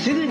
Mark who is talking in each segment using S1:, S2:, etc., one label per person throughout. S1: 役立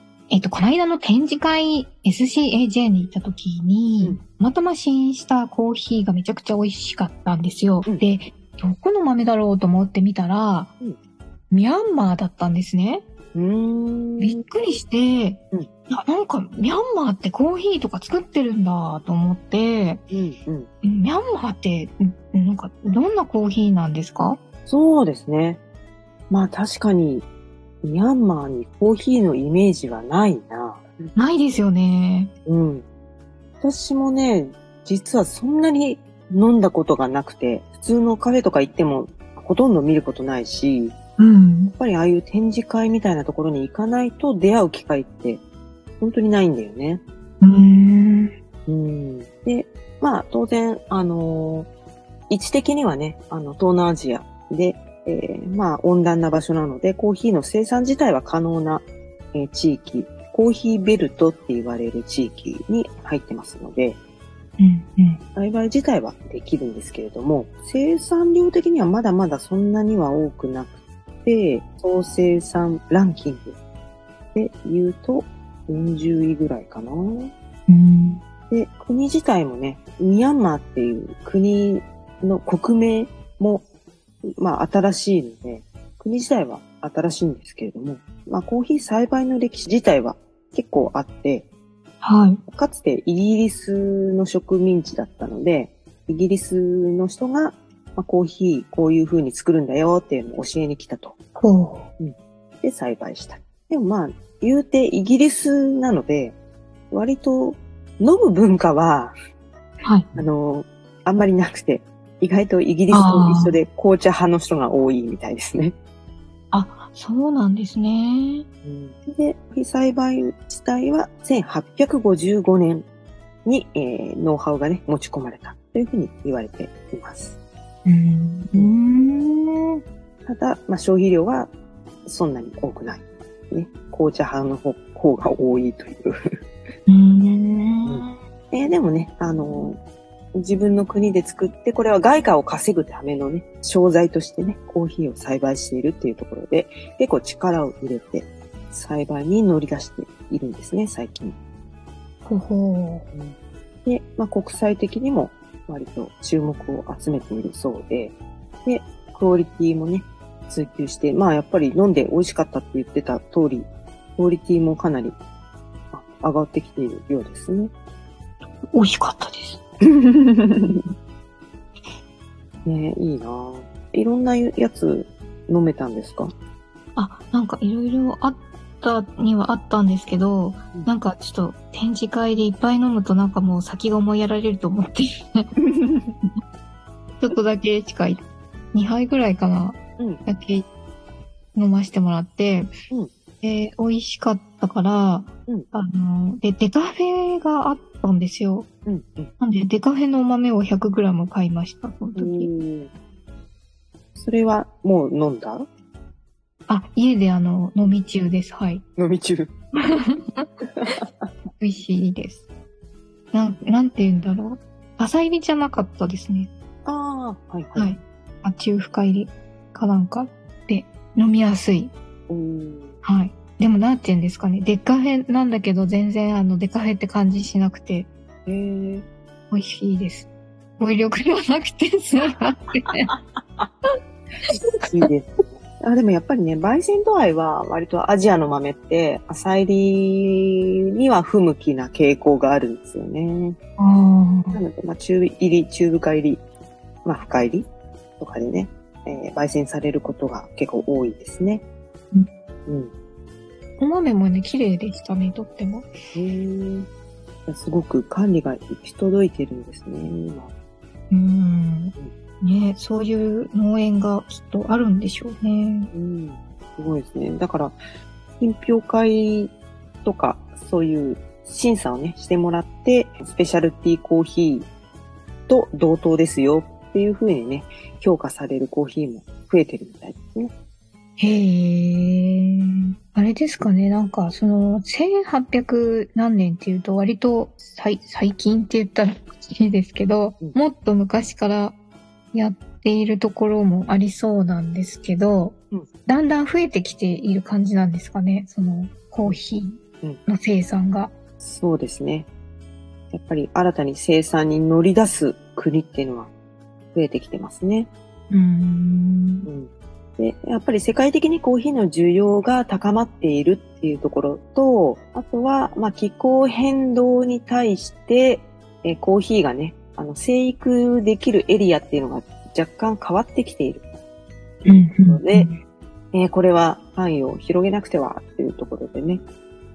S2: っと、この間の展示会 SCAJ に行った時に、
S1: うん
S2: たまたま試飲したコーヒーがめちゃくちゃ美味しかったんですよ。
S1: うん
S2: で、どこの豆だろうと思ってみたら、
S1: うん
S2: ミャンマーだったんですね。
S1: うーん
S2: びっくりして、
S1: うん
S2: あなんかミャンマーってコーヒーとか作ってるんだと思って、
S1: うんうん
S2: ミャンマーって、んなんかどんなコーヒーなんですか
S1: そうですねまあ確かにミャンマーにコーヒーのイメージはないな
S2: ないですよね。
S1: うん私もね実はそんなに飲んだことがなくて普通のカフェとか行ってもほとんど見ることないしや
S2: うん。
S1: っぱりああいう展示会みたいなところに行かないと出会う機会って本当にないんだよね
S2: うーん。
S1: うんで、まあ当然、あのー位置的にはね、あの、東南アジアで、えーまあ温暖な場所なので、コーヒーの生産自体は可能な、えー地域、コーヒーベルトって言われる地域に入ってますので、
S2: うん。うん。
S1: 栽培自体はできるんですけれども、生産量的にはまだまだそんなには多くなくて、総生産ランキングで言うと40位ぐらいかな。
S2: うん。
S1: で、国自体もね、ミャンマーっていう国の国名も、まあ新しいので、国自体は新しいんですけれども、まあコーヒー栽培の歴史自体は結構あって、
S2: はい。
S1: かつてイギリスの植民地だったので、イギリスの人が、まあ、コーヒーこういう風に作るんだよっていうのを教えに来たと。
S2: こ
S1: で栽培した。でもまあ、言うてイギリスなので、割と飲む文化は、
S2: う。はい。
S1: あの、あんまりなくて、意外とイギリスと一緒で紅茶派の人が多いみたいですね。
S2: そうなんですね。
S1: で、栽培自体は1855年に、えーノウハウがね、持ち込まれたというふうに言われています。
S2: うん。うん。
S1: ただ、まあ、消費量はそんなに多くない。ね、紅茶派の方方が多いという。
S2: うん。
S1: えーでもね、あのー自分の国で作って、これは外貨を稼ぐためのね、商材としてね、コーヒーを栽培しているっていうところで、結構力を入れて、栽培に乗り出しているんですね、最近。
S2: ほほ
S1: で、まあ、国際的にも割と注目を集めているそうで、で、クオリティもね、追求して、まあやっぱり飲んで美味しかったって言ってた通り、クオリティもかなりあ上がってきているようですね。
S2: う。美味しかったです。
S1: ねいいなぁいろんなやつ飲めたんですか
S2: あ、なんかいろいろあったにはあったんですけど
S1: うん、
S2: なんかちょっと展示会でいっぱい飲むとなんかもう先が思いやられると思っ て、ちょっとだけしかい、2杯ぐらいかな、
S1: うん
S2: だけ飲ましてもらって、
S1: うん
S2: で、美味しかったから、
S1: うん
S2: あの、で、デカフェがあったんですよ。
S1: うん、うん
S2: なんで、デカフェのお豆を 100g 買いました、その
S1: う
S2: 時。
S1: ん。それはもう飲んだ
S2: あ、家であの、飲み中です、はい。
S1: 飲み中。
S2: 美味しいです。なん、なんて言うんだろう。浅入りじゃなかったですね。
S1: ああ、はいはい。
S2: はい。あ、中深入りかなんかで、飲みやすい。
S1: うん
S2: はい。でもなんて言うんですかね。デカフェなんだけど、全然あの、デカフェって感じしなくて、
S1: へえ。
S2: 美味しいです。語彙力ではなくて、すごい なって。
S1: いいです。あでもやっぱりね、焙煎度合いは割とアジアの豆って、浅入りには不向きな傾向があるんですよね。
S2: あー
S1: なので、まあ、中入り、中深入り、まあ、深入りとかでね、えー焙煎されることが結構多いですね。うん。
S2: お豆もね、綺麗でしたね、とっても。
S1: うん。すごく管理が行き届いてるんですね、今。
S2: うん。ね、そういう農園がきっとあるんでしょうね。
S1: うん。すごいですね。だから、品評会とか、そういう審査をね、してもらって、スペシャルティーコーヒーと同等ですよっていう風にね、評価されるコーヒーも増えてるみたいですね。
S2: へえ。あれですかね、なんか、その、1800何年っていうと、割と最最近って言ったらいいですけど、
S1: うん
S2: もっと昔からやっているところもありそうなんですけど、
S1: うん
S2: だんだん増えてきている感じなんですかね、その、コーヒーの生産が。
S1: そうですね。やっぱり新たに生産に乗り出す国っていうのは増えてきてますね。
S2: うーん。
S1: うんで、やっぱり世界的にコーヒーの需要が高まっているっていうところと、あとは、まあ、気候変動に対して、えーコーヒーがね、あの、生育できるエリアっていうのが若干変わってきている。
S2: うんうんうん
S1: でえーこれは範囲を広げなくてはっていうところでね、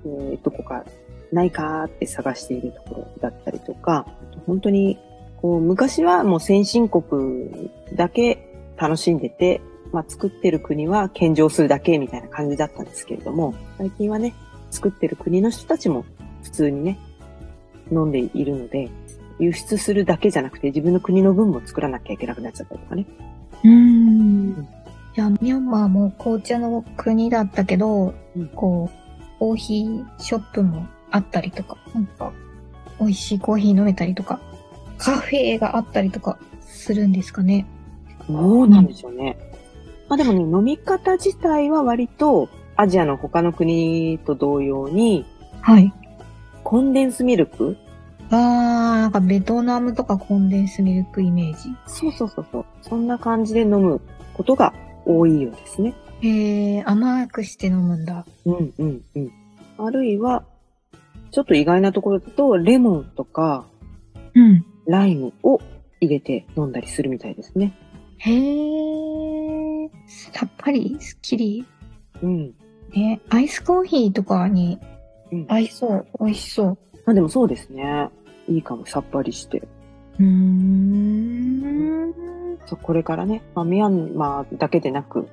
S1: えーどこかないかって探しているところだったりとか、本当にこう昔はもう先進国だけ楽しんでて、まあ、作ってる国は献上するだけみたいな感じだったんですけれども、最近はね、作ってる国の人たちも普通にね、飲んでいるので、輸出するだけじゃなくて自分の国の分も作らなきゃいけなくなっちゃったりとかね。
S2: うーん。いや、ミャンマーも紅茶の国だったけど、
S1: うん
S2: こう、コーヒーショップもあったりとか、なんか、美味しいコーヒー飲めたりとか、カフェがあったりとかするんですかね。
S1: そうなんでしょうね。まあでもね、飲み方自体は割とアジアの他の国と同様に、
S2: はい。
S1: コンデンスミルク
S2: あー、なんかベトナムとかコンデンスミルクイメージ。
S1: そうそうそうそう。そんな感じで飲むことが多いようですね。
S2: えー、甘くして飲むんだ。
S1: うんうんうん。あるいは、ちょっと意外なところだと、レモンとか
S2: うん。
S1: ライムを入れて飲んだりするみたいですね。
S2: へー、さっぱり、すっきり。
S1: うん。
S2: ね、アイスコーヒーとかに
S1: うん、
S2: 合いそう。美味しそう。
S1: まあでもそうですね。いいかも、さっぱりして。
S2: うーん。
S1: そうこれからね、まあ、ミャンマーだけでなく、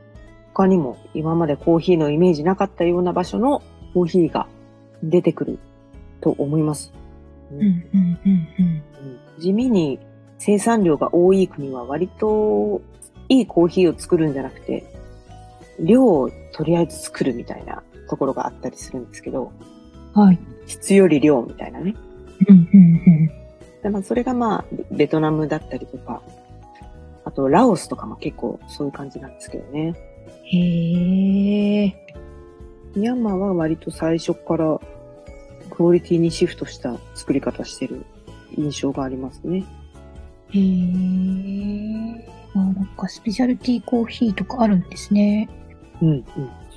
S1: 他にも今までコーヒーのイメージなかったような場所のコーヒーが出てくると思います。う
S2: うんうんうんうん。
S1: うん地味に生産量が多い国は割といいコーヒーを作るんじゃなくて、量をとりあえず作るみたいなところがあったりするんですけど、
S2: はい。
S1: 質より量みたいなね。
S2: うんうん
S1: でまあ、それがまあ、ベベトナムだったりとか、あとラオスとかも結構そういう感じなんですけどね。
S2: うん。へえ。
S1: ミャンマーは割と最初からクオリティにシフトした作り方してる印象がありますね。
S2: へえ。あ、なんかスペシャルティーコーヒーとかあるんですね。
S1: うん、うん。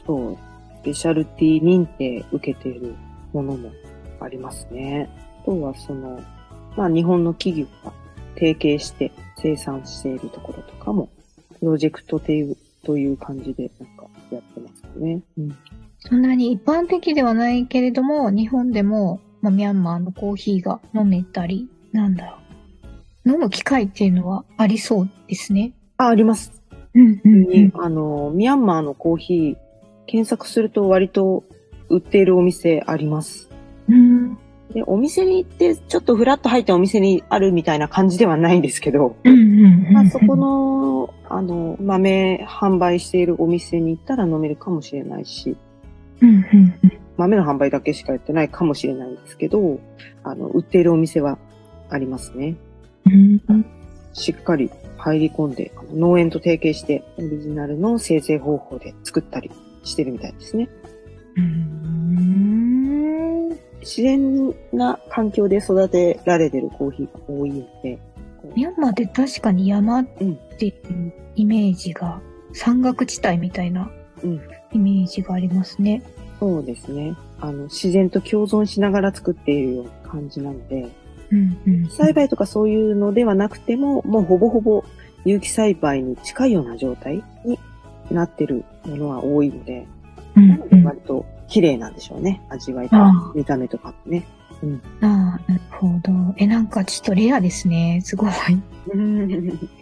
S1: そう。スペシャルティ認定受けているものもありますね。あとはその、まあ日本の企業が提携して生産しているところとかも、プロジェクトというという感じでなんかやってますよね。うん。
S2: そんなに一般的ではないけれども、日本でも、まあ、ミャンマーのコーヒーが飲めたり、なんだろう。飲む機会っていうのはありそうですね。
S1: あ、あります。
S2: うんう
S1: に、あの、ミャンマーのコーヒー、検索すると割と売っているお店あります。
S2: うん。
S1: で、お店に行って、ちょっとフラッと入ったお店にあるみたいな感じではないんですけど、
S2: うんうんうん。
S1: まあ、そこ。の、あの、豆販売しているお店に行ったら飲めるかもしれないし、
S2: うんうんうん。
S1: 豆の販売だけしかやってないかもしれないんですけど、あの、売っているお店はありますね。
S2: うんうん
S1: しっかり入り込んで、あの農園と提携して、オリジナルの生成方法で作ったりしてるみたいですね。
S2: うーん
S1: 自然な環境で育てられてるコーヒーが多いので、
S2: ミャンマーって確かに山っていうイメージが、山岳地帯みたいな
S1: うん
S2: イメージがありますね。
S1: そうですね。あの、自然と共存しながら作っているような感じなので、
S2: うんうん、
S1: 栽培とかそういうのではなくても、もうほぼほぼ有機栽培に近いような状態になってるものは多いので、
S3: うんうん、あ
S1: 割と綺麗なんでしょうね。味わいとか
S3: あ
S1: 見た目とかもね。
S3: あー、なるほど。え、なんかちょっとレアですね。すごい。へ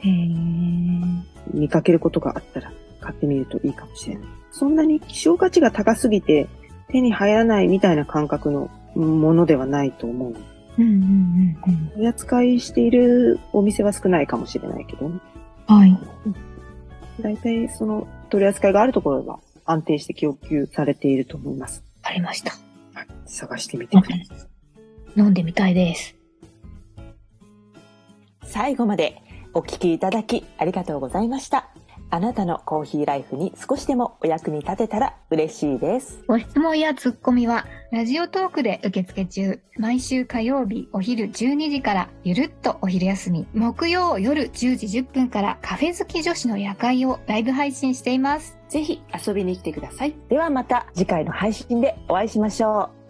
S3: え。
S1: 見かけることがあったら買ってみるといいかもしれない。そんなに希少価値が高すぎて手に入らないみたいな感覚のものではないと思う。
S3: うんうんうんうん。
S1: 取り扱いしているお店は少ないかもしれないけど、
S3: はい。
S1: 大体その取り扱いがあるところは安定して供給されていると思います。
S3: ありました。
S1: 探してみてください。
S3: 飲んでみたいです。
S4: 最後までお聞きいただきありがとうございました。あなたのコーヒーライフに少しでもお役に立てたら嬉しいです。
S2: ご質問やツッコミは、ラジオトークで受付中。毎週火曜日お昼12時から、ゆるっとお昼休み。木曜夜10時10分から、カフェ好き女子の夜会をライブ配信しています。
S4: ぜひ遊びに来てください。ではまた次回の配信でお会いしましょう。